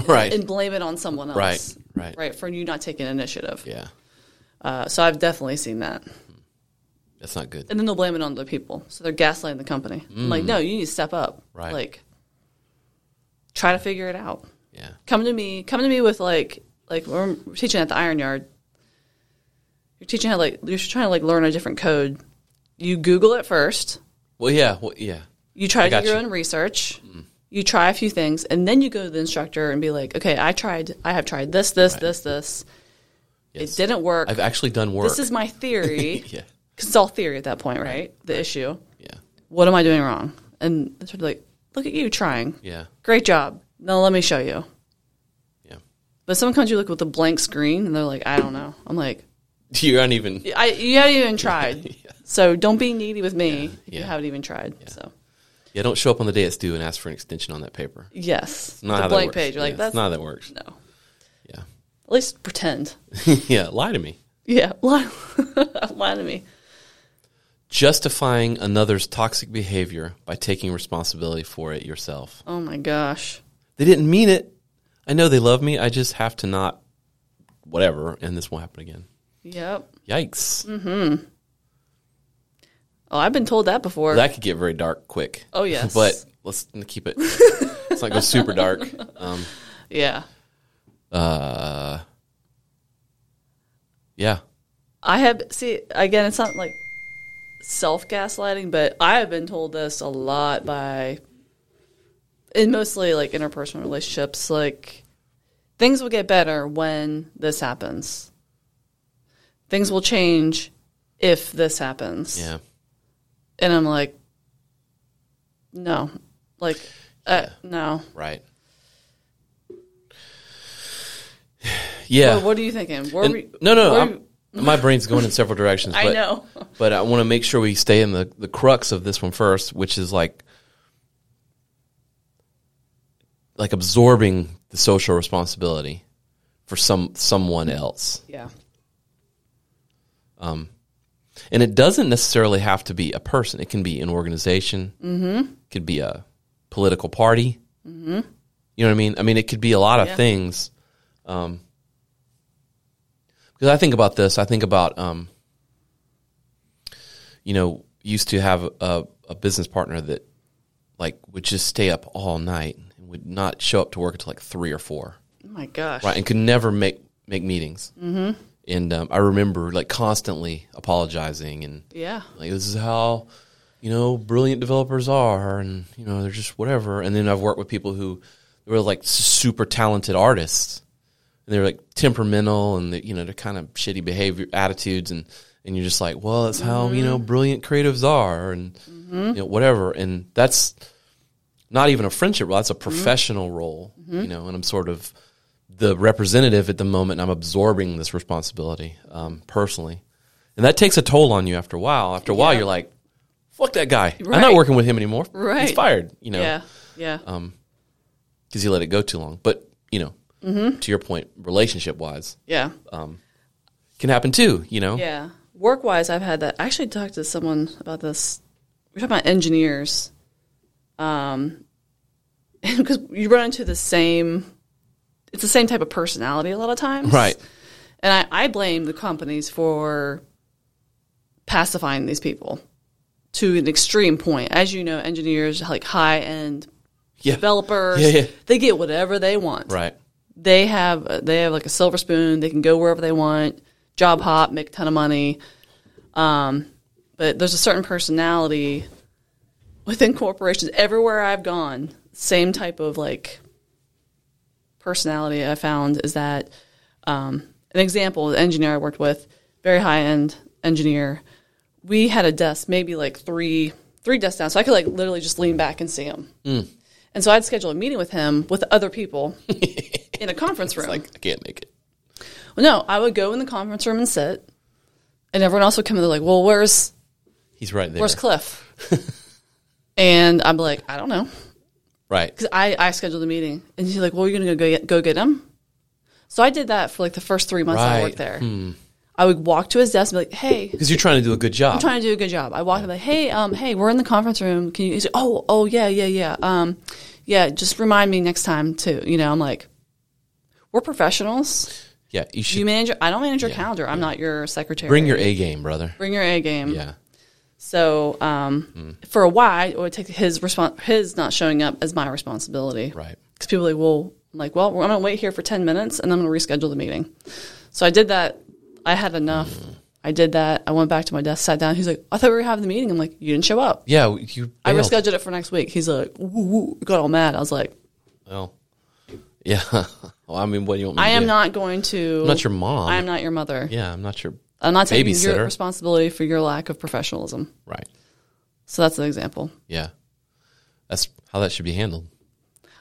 Speaker 1: Right.
Speaker 3: and blame it on someone else,
Speaker 1: Right, right.
Speaker 3: right, for you not taking initiative."
Speaker 1: yeah.
Speaker 3: Uh, so I've definitely seen that,
Speaker 1: That's not good.
Speaker 3: and then they'll blame it on other people. So they're gaslighting the company. I'm like, no, you need to step up,
Speaker 1: Mm. Right.
Speaker 3: Like, try to figure it out.
Speaker 1: Yeah.
Speaker 3: come to me come to me with like like we're teaching at the iron yard you're teaching how like you're trying to like learn a different code you google it first
Speaker 1: Well, yeah. Well, yeah.
Speaker 3: you try to do
Speaker 1: got
Speaker 3: your
Speaker 1: you. Mm.
Speaker 3: own research you try a few things and then you go to the instructor and be like okay i tried i have tried this this this this it didn't work
Speaker 1: I've actually done work.
Speaker 3: this is my theory
Speaker 1: (laughs) yeah.
Speaker 3: because it's all theory at that point right, the issue
Speaker 1: Yeah.
Speaker 3: what am i doing wrong and it's sort of like look at you trying
Speaker 1: Yeah.
Speaker 3: great job now let me show you
Speaker 1: Yeah.
Speaker 3: But someone comes to you like with a blank screen and they're like, I don't know. I'm like,
Speaker 1: (laughs) You aren't even.
Speaker 3: I you
Speaker 1: (laughs)
Speaker 3: haven't even tried. So don't be needy with me if you
Speaker 1: yeah.
Speaker 3: haven't even tried. So
Speaker 1: Yeah. Don't show up on the day it's due and ask for an extension on that paper.
Speaker 3: yes, it's
Speaker 1: Not
Speaker 3: a
Speaker 1: how
Speaker 3: blank
Speaker 1: that works.
Speaker 3: page. You're like
Speaker 1: Yeah,
Speaker 3: that's
Speaker 1: it's not how that works.
Speaker 3: no.
Speaker 1: Yeah. (laughs)
Speaker 3: At least pretend. (laughs)
Speaker 1: yeah. Lie to me.
Speaker 3: Yeah, (laughs) lie, lie to me.
Speaker 1: Justifying another's toxic behavior by taking responsibility for it yourself.
Speaker 3: Oh my gosh.
Speaker 1: They didn't mean it. I know they love me. I just have to not, whatever, and this won't happen again.
Speaker 3: Yep.
Speaker 1: Yikes.
Speaker 3: Mm-hmm. Oh, I've been told that before.
Speaker 1: That could get very dark quick.
Speaker 3: Oh,
Speaker 1: (laughs)
Speaker 3: yes.
Speaker 1: But let's keep
Speaker 3: (laughs)
Speaker 1: it. let's not go super dark. Um,
Speaker 3: yeah.
Speaker 1: uh, yeah.
Speaker 3: I have see again. It's not like self gaslighting, but I have been told this a lot by, in mostly like interpersonal relationships. Like things will get better when this happens. Things will change if this happens.
Speaker 1: Yeah.
Speaker 3: and I'm like, no, like, uh, no.
Speaker 1: Right. (sighs) Yeah.
Speaker 3: What are you thinking? Where
Speaker 1: And-
Speaker 3: were you-
Speaker 1: no, no,
Speaker 3: where
Speaker 1: I'm-
Speaker 3: were you-
Speaker 1: my brain's going in several directions.
Speaker 3: (laughs) I
Speaker 1: but,
Speaker 3: know.
Speaker 1: but I want to make sure we stay in the the crux of this one first, which is like like absorbing the social responsibility for some someone else,
Speaker 3: yeah,
Speaker 1: and it doesn't necessarily have to be a person. It can be an organization. Mm-hmm. It could be a political party. Mm-hmm. You know what I mean? I mean, it could be a lot of
Speaker 3: Yeah.
Speaker 1: things. Um, because I think about this, I think about um, you know, used to have a, a business partner that like would just stay up all night and would not show up to work until like three or four,
Speaker 3: oh my gosh,
Speaker 1: right? And could never make make meetings. Mm-hmm. And um, I remember like constantly apologizing and
Speaker 3: yeah,
Speaker 1: like this is how you know brilliant developers are, and you know they're just whatever. And then I've worked with people who were like super talented artists, and they're like temperamental, and they, you know they're kind of shitty behavior attitudes, and and you're just like, well, that's how you know brilliant creatives are, and you know whatever. And that's not even a friendship role; that's a professional role, you know. And I'm sort of the representative at the moment. And I'm absorbing this responsibility um, personally, and that takes a toll on you after a while. After a while, you're like, "Fuck that guy! I'm not
Speaker 3: Right.
Speaker 1: working with him anymore.
Speaker 3: Right.
Speaker 1: He's fired." You know,
Speaker 3: yeah, yeah.
Speaker 1: Um, because you let it go too long. But you know,
Speaker 3: Mm-hmm.
Speaker 1: to your point, relationship wise,
Speaker 3: Yeah.
Speaker 1: can happen too. You know,
Speaker 3: Yeah. Work wise, I've had that. I actually talked to someone about this. We're talking about engineers. (laughs) Um, because you run into the same, it's the same type of personality a lot of times.
Speaker 1: right?
Speaker 3: And I, I blame the companies for pacifying these people to an extreme point. As you know, engineers, like high end
Speaker 1: Yeah,
Speaker 3: developers,
Speaker 1: Yeah, yeah.
Speaker 3: they get whatever they want
Speaker 1: right.
Speaker 3: they have they have like a silver spoon. They can go wherever they want, job hop, make a ton of money. Um, but there's a certain personality within corporations. Everywhere I've gone, same type of like personality I found is that um, an example. The engineer I worked with, very high end engineer, we had a desk maybe like three three desks down, so I could like literally just lean back and see him. And so I'd schedule a meeting with him with other people in a conference room.
Speaker 1: Like I can't make it.
Speaker 3: well, no, I would go in the conference room and sit, and everyone else would come in. They're like, "Well, where's
Speaker 1: He's right there.
Speaker 3: where's Cliff?"
Speaker 1: (laughs)
Speaker 3: and I'm like, "I don't know,"
Speaker 1: right.
Speaker 3: because I I scheduled the meeting, and he's like, "Well, you're gonna go get, go get him." So I did that for like the first three months I
Speaker 1: Right. Hmm.
Speaker 3: worked there. I would walk to his desk and be like, "Hey,
Speaker 1: Because you're trying to do a good job.
Speaker 3: I'm trying to do a good job. I walk up like, hey, um, hey, we're in the conference room. Can you? He's like, oh, oh, yeah, yeah, yeah. Um, yeah, just remind me next time too. You know, I'm like, we're professionals.
Speaker 1: yeah, you should
Speaker 3: You manage. your- I don't manage your calendar. I'm not your secretary.
Speaker 1: bring your A game, brother.
Speaker 3: bring your A game.
Speaker 1: Yeah.
Speaker 3: So um,
Speaker 1: Hmm.
Speaker 3: for a while, I would take his respons- his not showing up as my responsibility.
Speaker 1: Right.
Speaker 3: Because people are like, well, I'm like, well, I'm gonna wait here for ten minutes and I'm gonna reschedule the meeting. So I did that. I had enough.
Speaker 1: Hmm.
Speaker 3: I did that. I went back to my desk, sat down. He's like, I thought we were having the meeting. I'm like, you didn't show up.
Speaker 1: Yeah, you.
Speaker 3: I
Speaker 1: bailed.
Speaker 3: rescheduled it for next week. He's like, woo, woo, got all mad. I was like,
Speaker 1: Well, yeah. (laughs) well, I mean, what do you want me
Speaker 3: I
Speaker 1: to
Speaker 3: am
Speaker 1: do?
Speaker 3: not going to.
Speaker 1: I'm not your mom.
Speaker 3: I am not your mother.
Speaker 1: Yeah, I'm not your.
Speaker 3: I'm not taking
Speaker 1: Babysitter.
Speaker 3: your responsibility for your lack of professionalism.
Speaker 1: Right.
Speaker 3: So that's an example.
Speaker 1: Yeah. That's how that should be handled.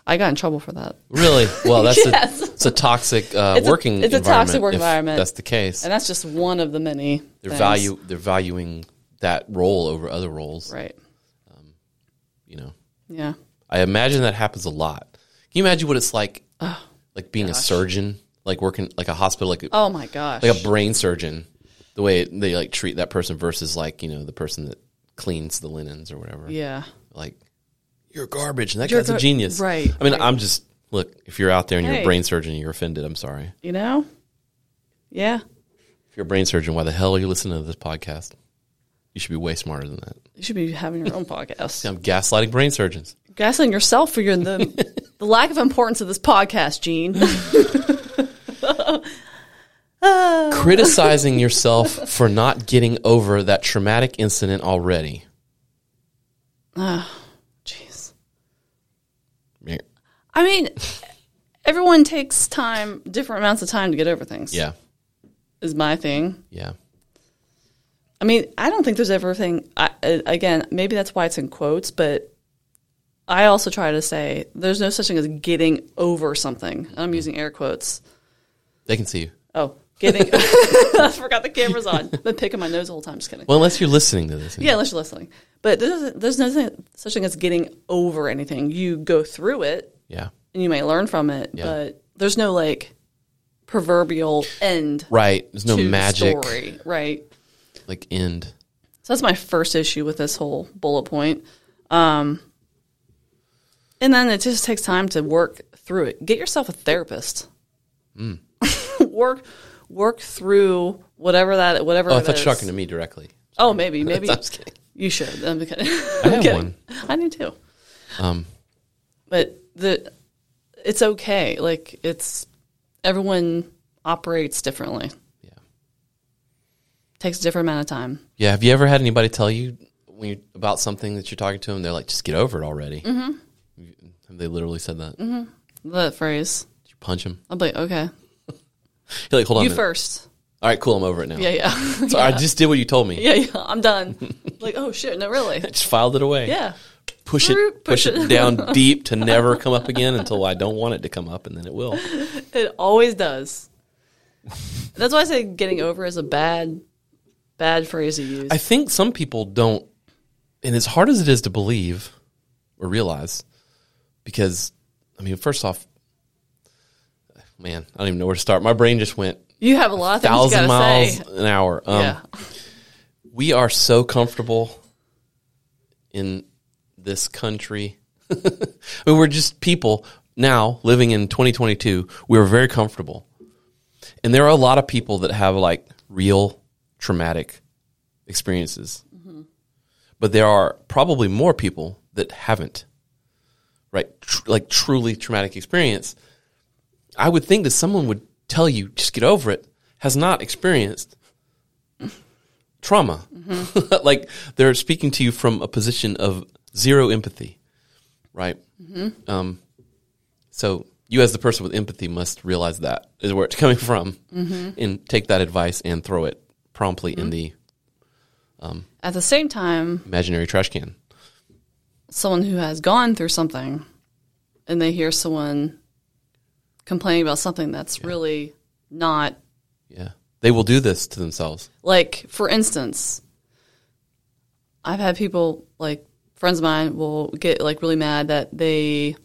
Speaker 3: I got in trouble for that.
Speaker 1: Really? Well, that's
Speaker 3: (laughs) Yes.
Speaker 1: a, it's a toxic uh,
Speaker 3: It's a-
Speaker 1: working.
Speaker 3: it's a
Speaker 1: environment
Speaker 3: toxic work
Speaker 1: if
Speaker 3: environment.
Speaker 1: That's the case.
Speaker 3: And that's just one of the many.
Speaker 1: They're
Speaker 3: things.
Speaker 1: value. They're valuing that role over other roles.
Speaker 3: Right.
Speaker 1: You know.
Speaker 3: Yeah.
Speaker 1: I imagine that happens a lot. Can you imagine what it's like? like being a surgeon, like working like a hospital, like
Speaker 3: Oh my gosh.
Speaker 1: like a brain surgeon. The way they like treat that person versus like you know the person that cleans the linens or whatever.
Speaker 3: yeah.
Speaker 1: like you're garbage and that
Speaker 3: You're
Speaker 1: guy's a
Speaker 3: gar-
Speaker 1: genius
Speaker 3: right,
Speaker 1: i mean i'm just look if you're out there and you're
Speaker 3: Hey.
Speaker 1: a brain surgeon and you're offended i'm sorry
Speaker 3: You know? Yeah.
Speaker 1: if you're a brain surgeon why the hell are you listening to this podcast you should be way smarter than that
Speaker 3: You should be
Speaker 1: (laughs)
Speaker 3: having your own podcast.
Speaker 1: i'm gaslighting brain surgeons
Speaker 3: Gaslighting yourself for your the,
Speaker 1: (laughs)
Speaker 3: the lack of importance of this podcast, Gene. (laughs)
Speaker 1: criticizing yourself for not getting over that traumatic incident already
Speaker 3: Jeez.
Speaker 1: yeah
Speaker 3: I mean, everyone takes time, different amounts of time to get over things.
Speaker 1: yeah
Speaker 3: Is my thing.
Speaker 1: yeah
Speaker 3: I mean, I don't think there's ever a thing. I, uh, again, maybe that's why it's in quotes, but I also try to say there's no such thing as getting over something. And I'm using air quotes.
Speaker 1: they can see you
Speaker 3: Oh, (laughs) getting. I forgot the camera's on. Been picking my nose the whole time. Just kidding.
Speaker 1: well unless you're listening to this
Speaker 3: yeah, unless you're listening. But there's, there's no thing- such thing as getting over anything. You go through it
Speaker 1: yeah
Speaker 3: and you may learn from it, but there's no like proverbial end
Speaker 1: right there's no
Speaker 3: to the
Speaker 1: magic
Speaker 3: story, right?
Speaker 1: like end
Speaker 3: So that's my first issue with this whole bullet point. Um, and then it just takes time to work through it. Get yourself a therapist.
Speaker 1: Mm.
Speaker 3: (laughs) work work through whatever that whatever.
Speaker 1: oh i
Speaker 3: it
Speaker 1: thought you
Speaker 3: is.
Speaker 1: were talking to me directly (laughs)
Speaker 3: Oh, maybe maybe
Speaker 1: i'm just kidding
Speaker 3: you should. I'm kidding. (laughs)
Speaker 1: i have one
Speaker 3: I do too.
Speaker 1: um
Speaker 3: But the it's okay. Like it's everyone operates differently.
Speaker 1: yeah
Speaker 3: Takes a different amount of time.
Speaker 1: Yeah. Have you ever had anybody tell you when you about something that you're talking to them? They're like, just get over it already. Mm-hmm. Have they literally said that?
Speaker 3: Mm-hmm.
Speaker 1: Did
Speaker 3: That phrase.
Speaker 1: you punch them?
Speaker 3: I'm like, okay,
Speaker 1: You're like, hold on.
Speaker 3: you
Speaker 1: a minute.
Speaker 3: first.
Speaker 1: All right, cool. I'm over it now.
Speaker 3: Yeah, yeah. (laughs)
Speaker 1: So I just did what you told me.
Speaker 3: yeah, yeah, I'm
Speaker 1: (laughs)
Speaker 3: done. like, oh shit, no, really?
Speaker 1: Just filed it away.
Speaker 3: Yeah,
Speaker 1: Push it,
Speaker 3: Root,
Speaker 1: push,
Speaker 3: push
Speaker 1: it,
Speaker 3: (laughs) it.
Speaker 1: down deep to never come up again until I don't want it to come up, and then it will.
Speaker 3: it always does. That's why I say getting over is a bad, bad phrase to use.
Speaker 1: I think some people don't, and as hard as it is to believe or realize, because I mean, first off, man, I don't even know where to start. My brain just went
Speaker 3: you have a lot of things you
Speaker 1: thousand
Speaker 3: gotta
Speaker 1: miles
Speaker 3: say.
Speaker 1: an hour. Um,
Speaker 3: Yeah,
Speaker 1: we are so comfortable in this country. (laughs) I mean, we're just people now living in 2022. We're very comfortable. And there are a lot of people that have like real traumatic experiences. But there are probably more people that haven't, right? Tr- like truly traumatic experience. I would think that someone would tell you, just get over it, has not experienced trauma.
Speaker 3: Mm-hmm.
Speaker 1: (laughs) like they're speaking to you from a position of zero empathy, right?
Speaker 3: Mm-hmm.
Speaker 1: Um, so you, as the person with empathy, must realize that is where it's coming from,
Speaker 3: Mm-hmm.
Speaker 1: and take that advice and throw it promptly in the
Speaker 3: at the same time,
Speaker 1: imaginary trash can.
Speaker 3: someone who has gone through something, and they hear someone complaining about something that's really not
Speaker 1: Yeah, they will do this to themselves.
Speaker 3: Like, for instance, I've had people, like friends of mine, will get like really mad that they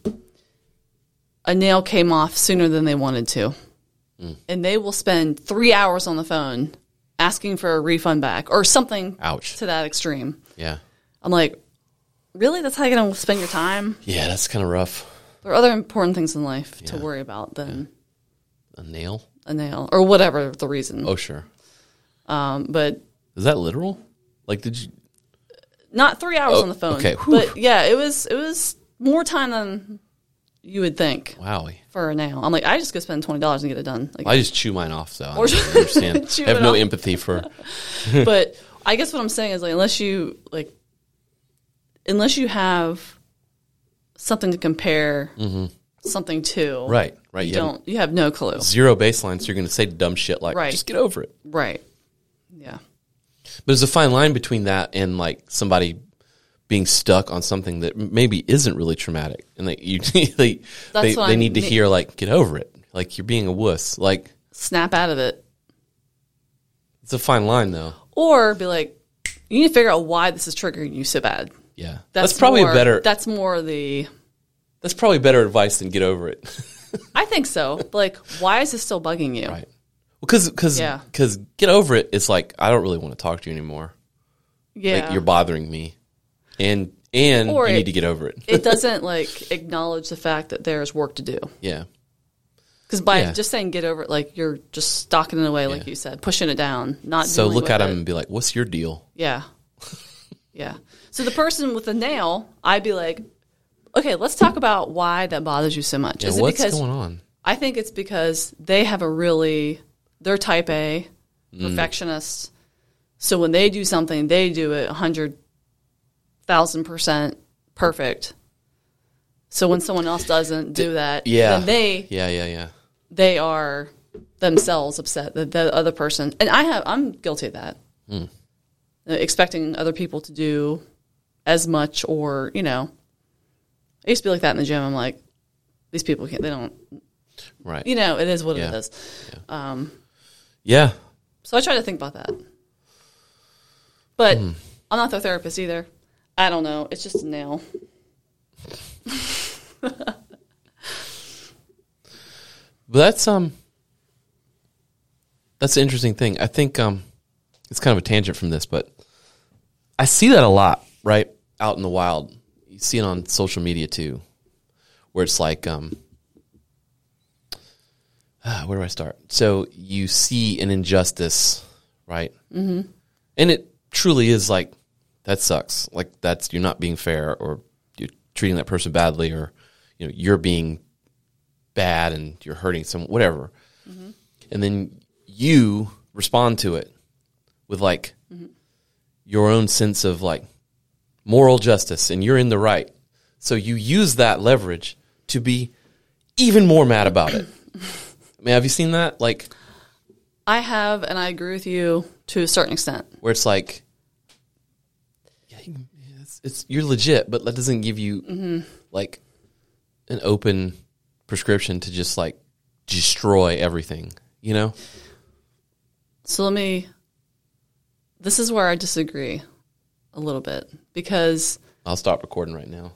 Speaker 3: a nail
Speaker 1: Mm.
Speaker 3: came off sooner than they wanted to, and they will spend three hours on the phone asking for a refund back or something
Speaker 1: Ouch.
Speaker 3: to that extreme.
Speaker 1: Yeah.
Speaker 3: I'm like, really? That's how you're going to spend your time?
Speaker 1: Yeah, that's kind of rough.
Speaker 3: There are other important things in life to worry about than
Speaker 1: A nail?
Speaker 3: a nail or whatever the reason.
Speaker 1: Oh, sure.
Speaker 3: Um, but
Speaker 1: Is that literal? Like, did you?
Speaker 3: not three hours on the phone.
Speaker 1: Oh, okay.
Speaker 3: But yeah, it was it was more time than you would think
Speaker 1: Wowie.
Speaker 3: for a nail. I'm like, I just go spend twenty dollars and get it done. Like,
Speaker 1: I just chew mine off, though. I don't
Speaker 3: (laughs)
Speaker 1: really understand.
Speaker 3: chew
Speaker 1: I have
Speaker 3: it
Speaker 1: no
Speaker 3: off.
Speaker 1: empathy
Speaker 3: (laughs)
Speaker 1: for.
Speaker 3: but I guess what I'm saying is like unless you like unless you have something to compare something to
Speaker 1: Mm-hmm. Right, right.
Speaker 3: you
Speaker 1: You have
Speaker 3: don't you have no clue.
Speaker 1: zero baseline, so you're going to say dumb shit like,
Speaker 3: Right.
Speaker 1: just get over it.
Speaker 3: Right. Yeah.
Speaker 1: But there's a fine line between that and like somebody being stuck on something that maybe isn't really traumatic, and that you (laughs) they they,
Speaker 3: what
Speaker 1: they
Speaker 3: I
Speaker 1: need to
Speaker 3: mean.
Speaker 1: hear like get over it, like you're being a wuss. Like
Speaker 3: Snap out of it.
Speaker 1: it's a fine line though.
Speaker 3: Or be like, you need to figure out why this is triggering you so bad.
Speaker 1: Yeah, that's, probably
Speaker 3: more-
Speaker 1: a better that's,
Speaker 3: that's more the
Speaker 1: probably better advice than get over it, (laughs)
Speaker 3: I think so. But, Like, why is this still bugging you?
Speaker 1: right? Because because
Speaker 3: Yeah.
Speaker 1: because get over it is like I don't really want to talk to you anymore.
Speaker 3: Yeah.
Speaker 1: Like you're bothering me, and and
Speaker 3: Or
Speaker 1: you
Speaker 3: it-
Speaker 1: need to get over it.
Speaker 3: it doesn't like acknowledge the fact that there's work to do.
Speaker 1: yeah,
Speaker 3: Because by
Speaker 1: Yeah.
Speaker 3: just saying get over it, like you're just stocking it away, like you said, pushing it down, not
Speaker 1: so
Speaker 3: dealing
Speaker 1: look
Speaker 3: with
Speaker 1: at
Speaker 3: it.
Speaker 1: him and be like, "What's your deal?"
Speaker 3: Yeah, yeah. So the person with the nail, I'd be like, okay, let's talk about why that bothers you so much.
Speaker 1: Yeah,
Speaker 3: Is it
Speaker 1: what's
Speaker 3: because
Speaker 1: going on?
Speaker 3: I think it's because they have a really they're type A
Speaker 1: Mm.
Speaker 3: perfectionists. So when they do something, they do it hundred thousand percent perfect. So when someone else doesn't do that,
Speaker 1: Yeah,
Speaker 3: then they
Speaker 1: yeah yeah yeah.
Speaker 3: they are themselves upset that the other person and I have I'm guilty of that.
Speaker 1: Mm.
Speaker 3: Uh, Expecting other people to do as much or, you know. I used to be like that in the gym. I'm like, these people can't they don't
Speaker 1: Right.
Speaker 3: you know, it is what it
Speaker 1: Yeah.
Speaker 3: is.
Speaker 1: yeah.
Speaker 3: So I try to think about that. But I'm not their therapist either. I don't know. It's just a nail.
Speaker 1: But that's um that's an interesting thing. I think um it's kind of a tangent from this, but I see that a lot, right? Out in the wild. You see it on social media too, where it's like um ah, where do I start? So you see an injustice, right? Mm-hmm. And it truly is like that sucks. Like that's you're not being fair, or you're treating that person badly, or you know you're being bad and you're hurting someone, whatever. And then you respond to it with like your own sense of like moral justice and you're in the right. So you use that leverage to be even more mad about it. I mean, have you seen that? Like,
Speaker 3: I have, and I agree with you to a certain extent.
Speaker 1: where it's like, yeah, you- it's, it's you're legit, but that doesn't give you like an open prescription to just like destroy everything, you know?
Speaker 3: So let me. This is where I disagree a little bit because
Speaker 1: I'll stop recording right now.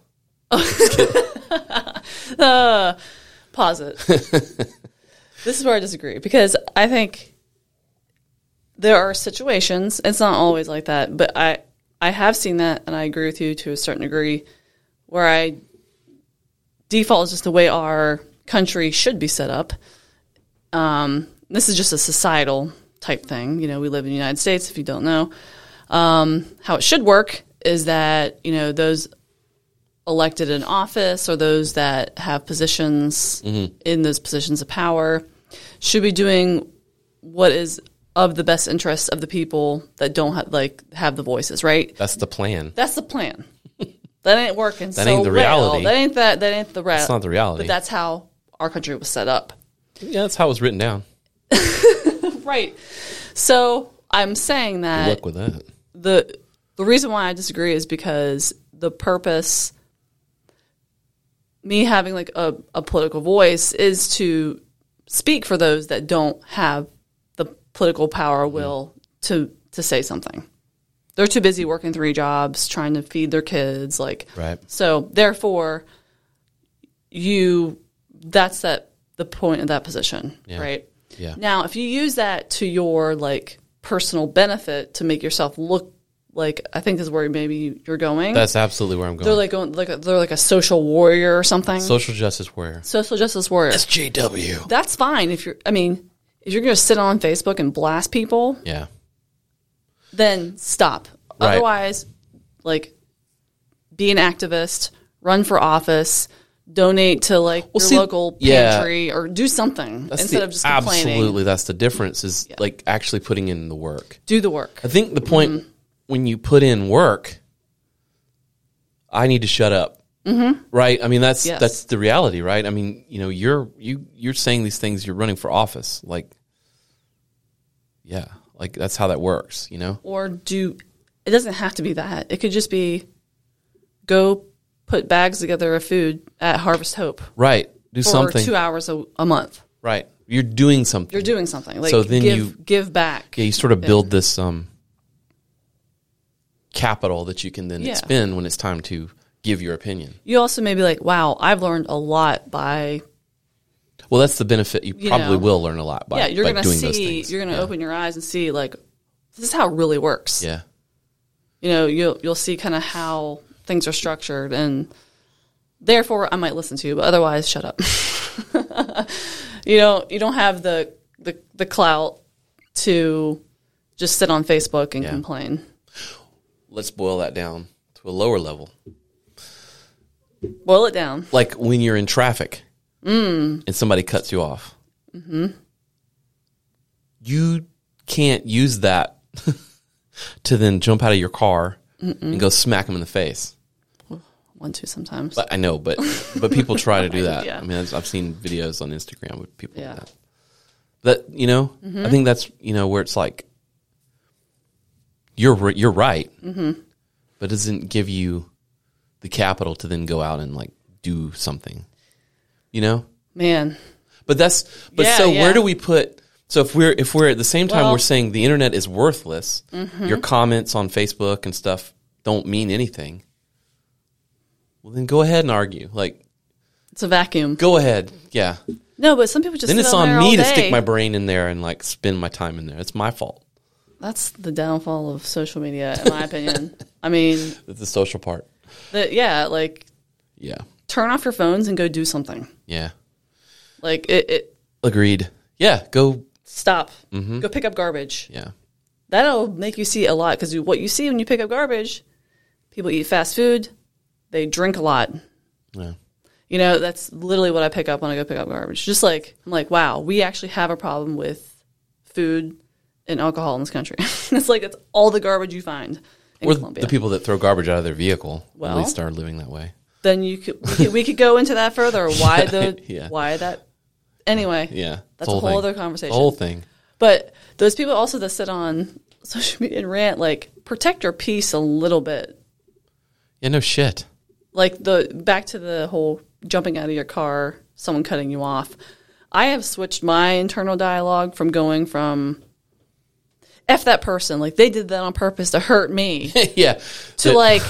Speaker 3: pause it. (laughs) this is where I disagree because I think there are situations. It's not always like that, but I I have seen that, and I agree with you to a certain degree, where I default is just the way our country should be set up. Um, this is just a societal type thing. You know, we live in the United States. If you don't know, um, how it should work is that you know those elected in office or those that have positions
Speaker 1: Mm-hmm.
Speaker 3: in those positions of power should be doing what is of the best interests of the people that don't have like have the voices, right?
Speaker 1: That's the plan.
Speaker 3: That's the
Speaker 1: (laughs)
Speaker 3: plan. that ain't working.
Speaker 1: That
Speaker 3: so
Speaker 1: ain't the
Speaker 3: well.
Speaker 1: reality.
Speaker 3: That ain't that. That ain't the reality.
Speaker 1: That's not the reality.
Speaker 3: But that's how our country was set up,
Speaker 1: yeah, that's how it was written down.
Speaker 3: right? So I'm saying
Speaker 1: Good
Speaker 3: that
Speaker 1: luck with that.
Speaker 3: the the reason why I disagree is because the purpose me having like a, a political voice is to speak for those that don't have the political power or will to to say something. They're too busy working three jobs, trying to feed their kids, like
Speaker 1: Right.
Speaker 3: so therefore you that's that the point of that position, right?
Speaker 1: Yeah.
Speaker 3: Now, if you use that to your like personal benefit to make yourself look like I think is where maybe you're going.
Speaker 1: That's absolutely where I'm going.
Speaker 3: they're like going like a, they're like a social warrior or something.
Speaker 1: Social justice warrior.
Speaker 3: social justice warrior.
Speaker 1: JW.
Speaker 3: That's fine if you're. I mean, if you're going to sit on Facebook and blast people,
Speaker 1: Yeah.
Speaker 3: then stop.
Speaker 1: Right.
Speaker 3: Otherwise, like, be an activist, run for office, donate to like your
Speaker 1: see,
Speaker 3: local
Speaker 1: yeah.
Speaker 3: pantry or do something
Speaker 1: That's
Speaker 3: instead
Speaker 1: the-
Speaker 3: of just complaining.
Speaker 1: Absolutely, that's the difference. Is like actually putting in the work.
Speaker 3: Do the work.
Speaker 1: I think the point
Speaker 3: Mm-hmm.
Speaker 1: when you put in work, I need to shut up. Mm-hmm. Right? I mean, that's
Speaker 3: Yes.
Speaker 1: that's the reality, right? I mean, you know, you're you you're saying these things. You're running for office, like, yeah, like that's how that works. You know,
Speaker 3: or do it doesn't have to be that. It could just be go put bags together of food at Harvest Hope
Speaker 1: right? Do
Speaker 3: for
Speaker 1: something,
Speaker 3: two hours a, a month.
Speaker 1: right? You're doing something.
Speaker 3: You're doing something. Like
Speaker 1: So then
Speaker 3: give
Speaker 1: you-
Speaker 3: give back.
Speaker 1: yeah, you sort of build this um, capital that you can then
Speaker 3: Yeah.
Speaker 1: spend when it's time to give your opinion.
Speaker 3: You also may be like, wow, I've learned a lot by
Speaker 1: Well, that's the benefit. You,
Speaker 3: You
Speaker 1: probably
Speaker 3: know.
Speaker 1: will learn a lot by,
Speaker 3: yeah. You're
Speaker 1: by
Speaker 3: gonna
Speaker 1: doing those
Speaker 3: see.
Speaker 1: things.
Speaker 3: You're gonna open your eyes and see like this is how it really works.
Speaker 1: yeah.
Speaker 3: You know, you'll you'll see kind of how things are structured and. Therefore, I might listen to you, but otherwise, shut up. (laughs) you know, you don't have the the, the clout to just sit on Facebook and
Speaker 1: Yeah.
Speaker 3: complain.
Speaker 1: Let's boil that down to a lower level.
Speaker 3: Boil it down.
Speaker 1: Like when you're in traffic
Speaker 3: Mm.
Speaker 1: and somebody cuts you off.
Speaker 3: Mm-hmm.
Speaker 1: You can't use that (laughs) to then jump out of your car and go smack them in the face.
Speaker 3: One, two, sometimes.
Speaker 1: But I know, but but people try
Speaker 3: (laughs)
Speaker 1: to do that.
Speaker 3: Yeah.
Speaker 1: I mean, I've, I've seen videos on Instagram with people
Speaker 3: Yeah. Mm-hmm.
Speaker 1: do that. That you know, I think that's you know where it's like you're ri- you're right,
Speaker 3: Mm-hmm.
Speaker 1: but it doesn't give you the capital to then go out and like do something, you know.
Speaker 3: Man,
Speaker 1: But that's but
Speaker 3: Yeah,
Speaker 1: so
Speaker 3: yeah.
Speaker 1: where do we put? So if we're if we're at the same time
Speaker 3: Well- Mm-hmm.
Speaker 1: we're saying the internet is worthless, your comments on Facebook and stuff don't mean anything. Well, then go ahead and argue. Like
Speaker 3: it's a vacuum.
Speaker 1: go ahead. Yeah.
Speaker 3: No, but some people just
Speaker 1: Then
Speaker 3: sit
Speaker 1: it's
Speaker 3: on,
Speaker 1: on
Speaker 3: there all
Speaker 1: me to
Speaker 3: day.
Speaker 1: stick my brain in there and like spend my time in there. It's my fault.
Speaker 3: That's the downfall of social media, in my opinion. (laughs) I mean,
Speaker 1: It's the social part.
Speaker 3: the, yeah, like
Speaker 1: Yeah.
Speaker 3: turn off your phones and go do something.
Speaker 1: Yeah.
Speaker 3: Like it, it
Speaker 1: Agreed. Yeah. Go.
Speaker 3: stop.
Speaker 1: Mm-hmm.
Speaker 3: Go pick up garbage.
Speaker 1: Yeah.
Speaker 3: That'll make you see a lot because what you see when you pick up garbage, people eat fast food, they drink a lot.
Speaker 1: Yeah.
Speaker 3: You know, that's literally what I pick up when I go pick up garbage. Just like I'm like, wow, we actually have a problem with food and alcohol in this country. (laughs) it's like it's all the garbage you find in
Speaker 1: Or
Speaker 3: Colombia.
Speaker 1: the people that throw garbage out of their vehicle
Speaker 3: Well-
Speaker 1: at least are living that way.
Speaker 3: then you could we, could we could go into that further. Why the
Speaker 1: (laughs) Yeah.
Speaker 3: why that anyway?
Speaker 1: Yeah. It's
Speaker 3: that's
Speaker 1: the
Speaker 3: a whole
Speaker 1: thing.
Speaker 3: other conversation.
Speaker 1: The whole thing.
Speaker 3: But those people also that sit on (laughs) social media and rant, like protect your peace a little bit.
Speaker 1: Yeah. No shit.
Speaker 3: Like the back to the whole jumping out of your car, someone cutting you off. I have switched my internal dialogue from going from F that person, like they did that on purpose to
Speaker 1: (laughs)
Speaker 3: hurt me
Speaker 1: yeah.
Speaker 3: to like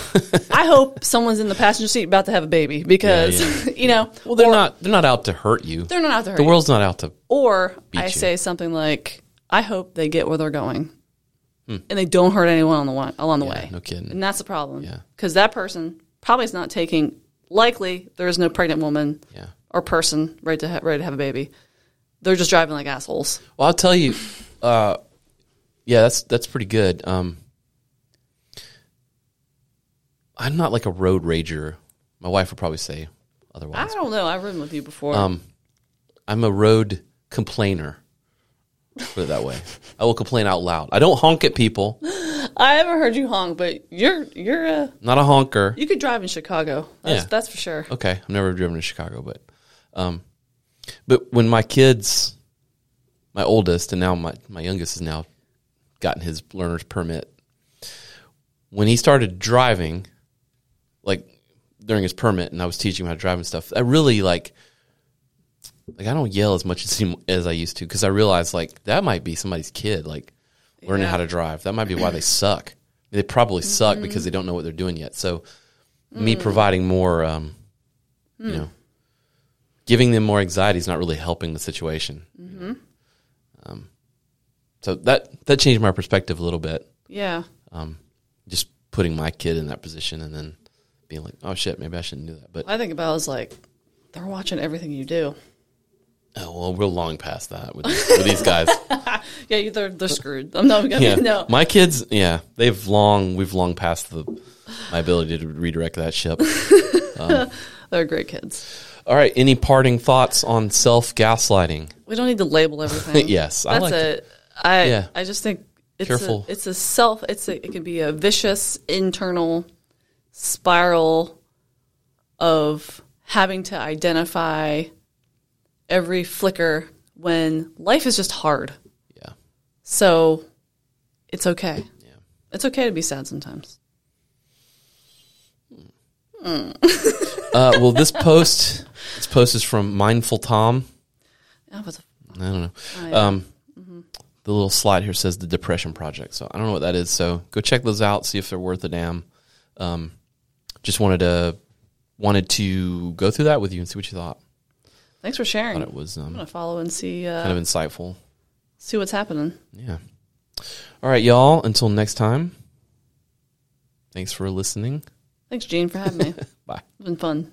Speaker 3: I hope someone's in the passenger seat about to have a baby because (laughs) you know
Speaker 1: Well, they're not. They're not out to hurt you.
Speaker 3: they're not out there.
Speaker 1: The world's not out to.
Speaker 3: Or I
Speaker 1: you.
Speaker 3: say something like, I hope they get where they're going and they don't hurt anyone on the wa- along the way.
Speaker 1: Hmm. no kidding.
Speaker 3: And that's a problem.
Speaker 1: Yeah.
Speaker 3: Because that person probably is not taking, likely, there is no pregnant woman
Speaker 1: Yeah.
Speaker 3: or person ready to, ha- ready to have a baby. They're just driving like assholes.
Speaker 1: Well, I'll tell you. Uh, yeah, that's that's pretty good. Um, I'm not like a road rager. My wife would probably say
Speaker 3: I
Speaker 1: otherwise.
Speaker 3: don't know. I've ridden with you before.
Speaker 1: Um, I'm a road complainer. Put it that way. I will complain out loud. I don't honk at people.
Speaker 3: I haven't heard you honk, but you're you're a
Speaker 1: Not a honker.
Speaker 3: you could drive in Chicago. That's,
Speaker 1: Yeah.
Speaker 3: that's for sure.
Speaker 1: Okay, I've never driven to Chicago, but um, but when my kids, my oldest and now my my youngest has now gotten his learner's permit. When he started driving, like during his permit, and I was teaching him how to drive and stuff, I really like. Like I don't yell as much as he- as I used to because I realized like that might be somebody's kid like learning
Speaker 3: Yeah.
Speaker 1: how to drive. That might be why they suck. They probably suck because they don't know what they're doing yet. So me providing more, um, you know, giving them more anxiety is not really helping the situation. you know. Um, So that that changed my perspective a little bit.
Speaker 3: Yeah.
Speaker 1: Um, just putting my kid in that position and then being like, oh shit, maybe I shouldn't do that. But
Speaker 3: I think about it as like they're watching everything you do.
Speaker 1: oh, well, we're long past that with, these- with these guys.
Speaker 3: Yeah, you- they're they're screwed. I'm not gonna
Speaker 1: (laughs) yeah,
Speaker 3: no.
Speaker 1: my kids, yeah, they've long we've long passed the my ability to redirect that ship.
Speaker 3: they're great kids.
Speaker 1: All right, any parting thoughts on self gaslighting?
Speaker 3: We don't need
Speaker 1: (laughs)
Speaker 3: to label everything.
Speaker 1: Yes, I
Speaker 3: that's
Speaker 1: like
Speaker 3: it. I
Speaker 1: Yeah.
Speaker 3: I just think it's
Speaker 1: Careful.
Speaker 3: A, it's a self. It's a, it can be a vicious internal spiral of having to identify every flicker when life is just hard.
Speaker 1: Yeah,
Speaker 3: So it's okay. Yeah. It's okay to be sad sometimes.
Speaker 1: uh, well, this post this post is from Mindful Tom.
Speaker 3: That was
Speaker 1: I don't know. Um, The little slide here says the Depression Project, so I don't know what that is. So go check those out, see if they're worth a damn. Um, just wanted to wanted to go through that with you and see what you thought.
Speaker 3: thanks for sharing.
Speaker 1: Thought it
Speaker 3: I'm
Speaker 1: was um,
Speaker 3: gonna follow and see uh,
Speaker 1: kind of insightful.
Speaker 3: see what's happening.
Speaker 1: Yeah. All right, y'all. Until next time. Thanks for listening.
Speaker 3: Thanks, Gene, for having me.
Speaker 1: (laughs) Bye.
Speaker 3: It's been fun.